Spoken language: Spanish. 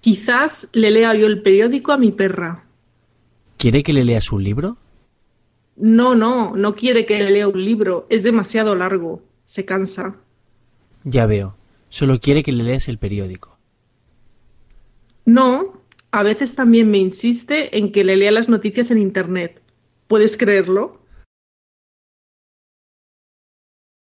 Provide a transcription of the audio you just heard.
Quizás le lea yo el periódico a mi perra. ¿Quiere que le leas un libro? No, no, no quiere que le lea un libro. Es demasiado largo. Se cansa. Ya veo. Solo quiere que le leas el periódico. No, a veces también me insiste en que le lea las noticias en Internet. ¿Puedes creerlo?